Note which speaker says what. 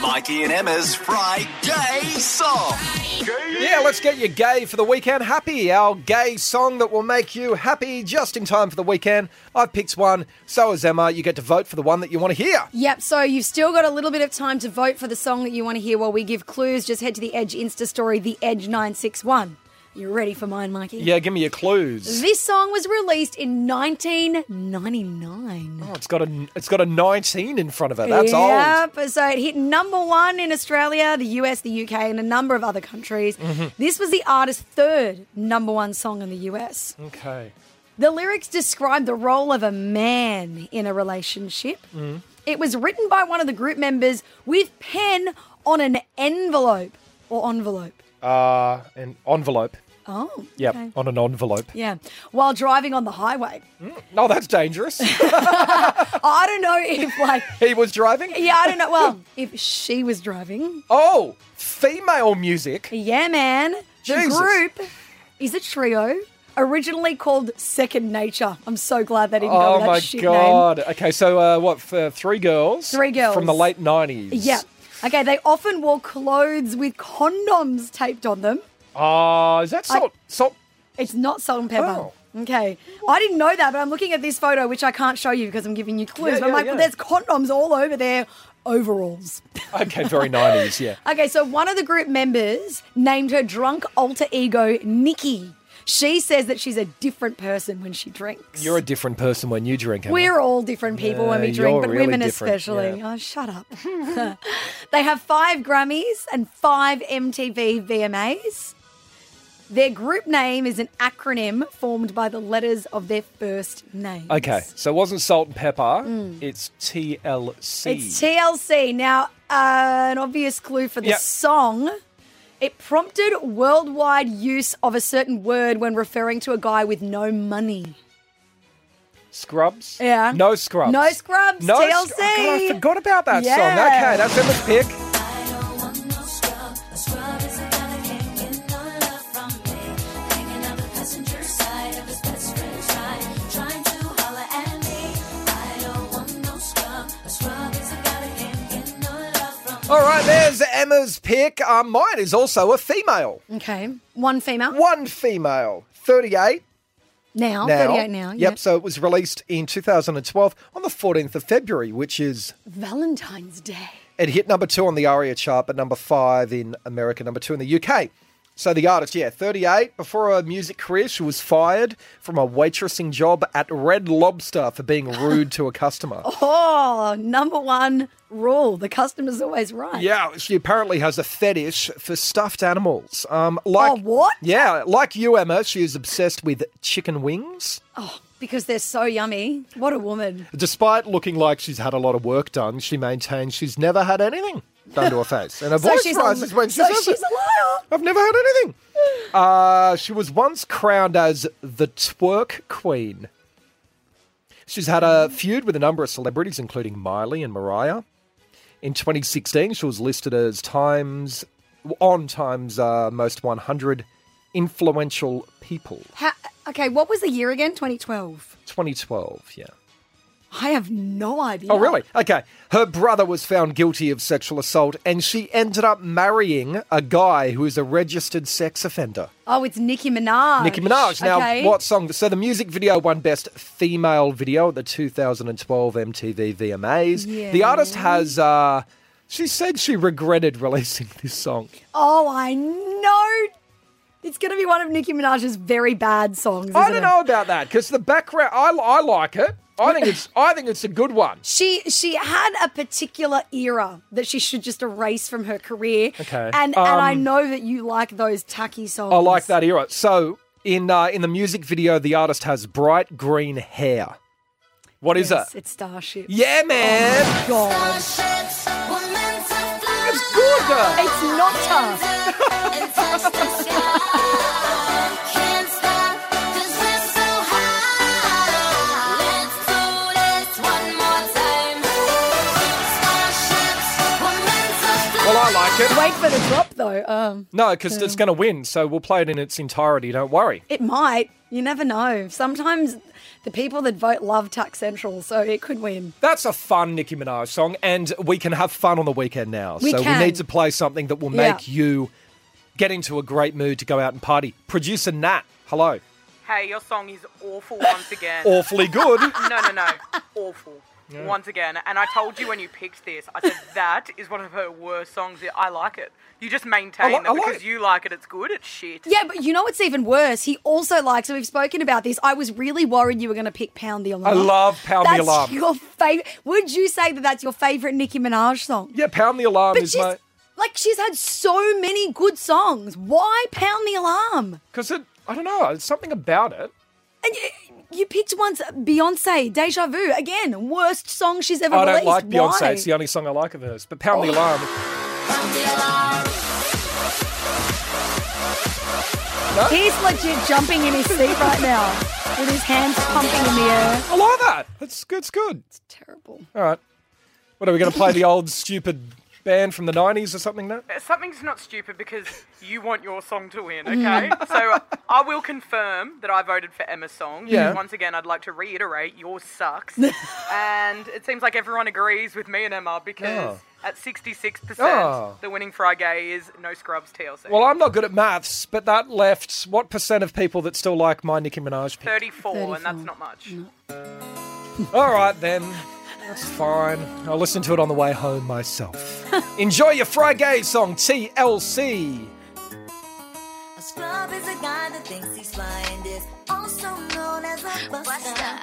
Speaker 1: Mikey and Emma's Friday song.
Speaker 2: Yeah, let's get you gay for the weekend happy. Our gay song that will make you happy just in time for the weekend. I've picked one, so is Emma. You get to vote for the one that you want to hear.
Speaker 3: Yep, so you've still got a little bit of time to vote for the song that you want to hear while we give clues. Just head to the Edge Insta story, The Edge 961. You ready for mine, Mikey?
Speaker 2: Yeah, give me your clues.
Speaker 3: This song was released in 1999.
Speaker 2: Oh, it's got a it's got a 19 in front of it. That's old.
Speaker 3: Yep. So it hit number one in Australia, the US, the UK, and a number of other countries.
Speaker 2: Mm-hmm.
Speaker 3: This was the artist's third number one song in the US.
Speaker 2: Okay.
Speaker 3: The lyrics describe the role of a man in a relationship.
Speaker 2: Mm.
Speaker 3: It was written by one of the group members with pen on an envelope or envelope.
Speaker 2: Uh, an envelope.
Speaker 3: Oh,
Speaker 2: Yep,
Speaker 3: okay.
Speaker 2: on an envelope.
Speaker 3: Yeah, while driving on the highway.
Speaker 2: No, that's dangerous.
Speaker 3: I don't know if, like,
Speaker 2: he was driving.
Speaker 3: yeah, I don't know. Well, if she was driving.
Speaker 2: Oh, female music.
Speaker 3: Yeah, man. The
Speaker 2: Jesus.
Speaker 3: group is a trio originally called Second Nature. I'm so glad they didn't go
Speaker 2: Oh
Speaker 3: with that
Speaker 2: my
Speaker 3: shit name.
Speaker 2: god. Okay, so uh, what for three girls?
Speaker 3: Three girls.
Speaker 2: from the late 90s.
Speaker 3: Yeah. Okay, they often wore clothes with condoms taped on them.
Speaker 2: Oh, is that salt? salt?
Speaker 3: It's not salt and
Speaker 2: Oh.
Speaker 3: pepper. Okay. I didn't know that, but I'm looking at this photo, which I can't show you because I'm giving you
Speaker 2: Yeah,
Speaker 3: clues. but I'm
Speaker 2: yeah,
Speaker 3: like, well,
Speaker 2: yeah.
Speaker 3: there's condoms all over their overalls.
Speaker 2: Okay, very 90s, yeah.
Speaker 3: Okay, so one of the group members named her drunk alter ego Nikki. She says that she's a different person when she drinks.
Speaker 2: You're a different person when you drink. Emma.
Speaker 3: We're all different people when
Speaker 2: Yeah,
Speaker 3: we drink,
Speaker 2: you're
Speaker 3: but
Speaker 2: really
Speaker 3: women
Speaker 2: different,
Speaker 3: especially.
Speaker 2: yeah.
Speaker 3: Oh, shut up. they have five Grammys and five MTV VMAs. Their group name is an acronym formed by the letters of their first name.
Speaker 2: Okay, so it wasn't salt and pepper. It's TLC.
Speaker 3: Mm. It's TLC. Now, uh, an obvious clue for the
Speaker 2: Yep.
Speaker 3: song. It prompted worldwide use of a certain word when referring to a guy with no money.
Speaker 2: scrubs.
Speaker 3: Yeah.
Speaker 2: No scrubs.
Speaker 3: No scrubs,
Speaker 2: No
Speaker 3: TLC.
Speaker 2: sc- Oh, God, I forgot about that song.
Speaker 3: Yeah.
Speaker 2: Okay, that's Emma's pick. All right, there's Emma's pick. Uh, mine is also a female.
Speaker 3: Okay. One female.
Speaker 2: One female, 38
Speaker 3: Now,
Speaker 2: now.
Speaker 3: 38 now.
Speaker 2: Yep,
Speaker 3: yeah.
Speaker 2: so it was released in 2012 on the 14th of February, which is
Speaker 3: Valentine's Day.
Speaker 2: It hit number two on the ARIA chart, but number five in America, number two in the UK. So the artist, yeah, 38. Before her music career, she was fired from a waitressing job at Red Lobster for being rude to a customer.
Speaker 3: Oh, number one rule the customer's always right.
Speaker 2: Yeah, she apparently has a fetish for stuffed animals. Um,
Speaker 3: Oh,
Speaker 2: like
Speaker 3: what?
Speaker 2: Yeah, like you, Emma, she is obsessed with chicken wings.
Speaker 3: Because they're so yummy. What a woman.
Speaker 2: Despite looking like she's had a lot of work done, she maintains she's never had anything done to her face, and her
Speaker 3: So
Speaker 2: voice
Speaker 3: she's a-
Speaker 2: rises when she
Speaker 3: so
Speaker 2: says it.
Speaker 3: she's a liar.
Speaker 2: I've never had anything. Uh, she was once crowned as the twerk queen. She's had a feud with a number of celebrities, including Miley and Mariah. In 2016, she was listed as Times on Times uh, Most 100 Influential People.
Speaker 3: Ha okay, what was the year again? 2012.
Speaker 2: 2012, yeah.
Speaker 3: I have no idea.
Speaker 2: Oh, really? Okay. Her brother was found guilty of sexual assault, and she ended up marrying a guy who is a registered sex offender.
Speaker 3: Oh, it's Nicki Minaj.
Speaker 2: Nicki Minaj. Now,
Speaker 3: okay.
Speaker 2: what song? So the music video won Best Female Video at the 2012 MTV VMAs. The
Speaker 3: Yeah.
Speaker 2: artist has. Uh, she said she regretted releasing this song.
Speaker 3: Oh, I know. It's going to be one of Nicki Minaj's very bad songs.
Speaker 2: I
Speaker 3: isn't
Speaker 2: don't
Speaker 3: it?
Speaker 2: know about that because the background. I, I like it. I think it's. I think it's a good one.
Speaker 3: She she had a particular era that she should just erase from her career.
Speaker 2: Okay.
Speaker 3: And and I
Speaker 2: Um,
Speaker 3: know that you like those tacky songs.
Speaker 2: I like that era. So in uh, in the music video, the artist has bright green hair. What is
Speaker 3: Yes,
Speaker 2: it?
Speaker 3: It's Starship.
Speaker 2: Yeah, man.
Speaker 3: God.
Speaker 2: It's gorgeous.
Speaker 3: It's not tough.
Speaker 2: Well, I like it.
Speaker 3: Wait for the drop though. Um,
Speaker 2: No, because it's going to win, so we'll play it in its entirety. Don't worry.
Speaker 3: it might. You never know. Sometimes the people that vote love Tuck Central, so it could win.
Speaker 2: That's a fun Nicki Minaj song, and we can have fun on the weekend now.
Speaker 3: We
Speaker 2: so
Speaker 3: can.
Speaker 2: we need to play something that will
Speaker 3: Yeah.
Speaker 2: make you get into a great mood to go out and party. Producer Nat, hello.
Speaker 4: Hey, your song is awful once again.
Speaker 2: Awfully good.
Speaker 4: No, no, no. Awful. Once again. And I told you when you picked this, I said, that is one of her worst songs. I like it. You just maintain
Speaker 2: I li-
Speaker 4: that
Speaker 2: I like
Speaker 4: because
Speaker 2: it.
Speaker 4: you like it, it's good, it's shit.
Speaker 3: Yeah, but you know what's even worse? He also likes, and we've spoken about this. I was really worried you were going to pick Pound the Alarm.
Speaker 2: I love Pound the
Speaker 3: that's
Speaker 2: Alarm.
Speaker 3: your favorite. Would you say that that's your favorite Nicki Minaj song?
Speaker 2: yeah, Pound the Alarm
Speaker 3: But
Speaker 2: is
Speaker 3: she's
Speaker 2: my.
Speaker 3: like she's had so many good songs. Why Pound the Alarm?
Speaker 2: Because it, I don't know, it's something about it.
Speaker 3: And you, you picked once Beyonce, Deja Vu. Again, worst song she's ever
Speaker 2: I don't
Speaker 3: released.
Speaker 2: like Beyonce.
Speaker 3: Why? Oh.
Speaker 2: It's the only song I like of hers. But Pound the Alarm.
Speaker 3: He's legit jumping in his seat right now with his hands pumping in the air.
Speaker 2: I like that. That's good. It's good.
Speaker 3: It's terrible.
Speaker 2: All right. What are we going to play? The old stupid band from the 90s or something now?
Speaker 4: Something's not stupid because you want your song to
Speaker 2: Mm.
Speaker 4: win, okay? so I will confirm that I voted for Emma's song.
Speaker 2: Yeah.
Speaker 4: Once again, I'd like to reiterate yours sucks. and it seems like everyone agrees with me and Emma because
Speaker 2: Oh.
Speaker 4: at 66%,
Speaker 2: Oh.
Speaker 4: the winning for our gay is No Scrubs TLC.
Speaker 2: Well, I'm not good at maths, but that left what percent of people that still like my Nicki Minaj pick?
Speaker 4: 34, and
Speaker 3: 34.
Speaker 4: that's not much.
Speaker 2: All right, then. That's fine. I'll listen to it on the way home myself. Enjoy your Friday song, TLC.
Speaker 5: A scrub is a guy that thinks he's flying, is also known as a buster.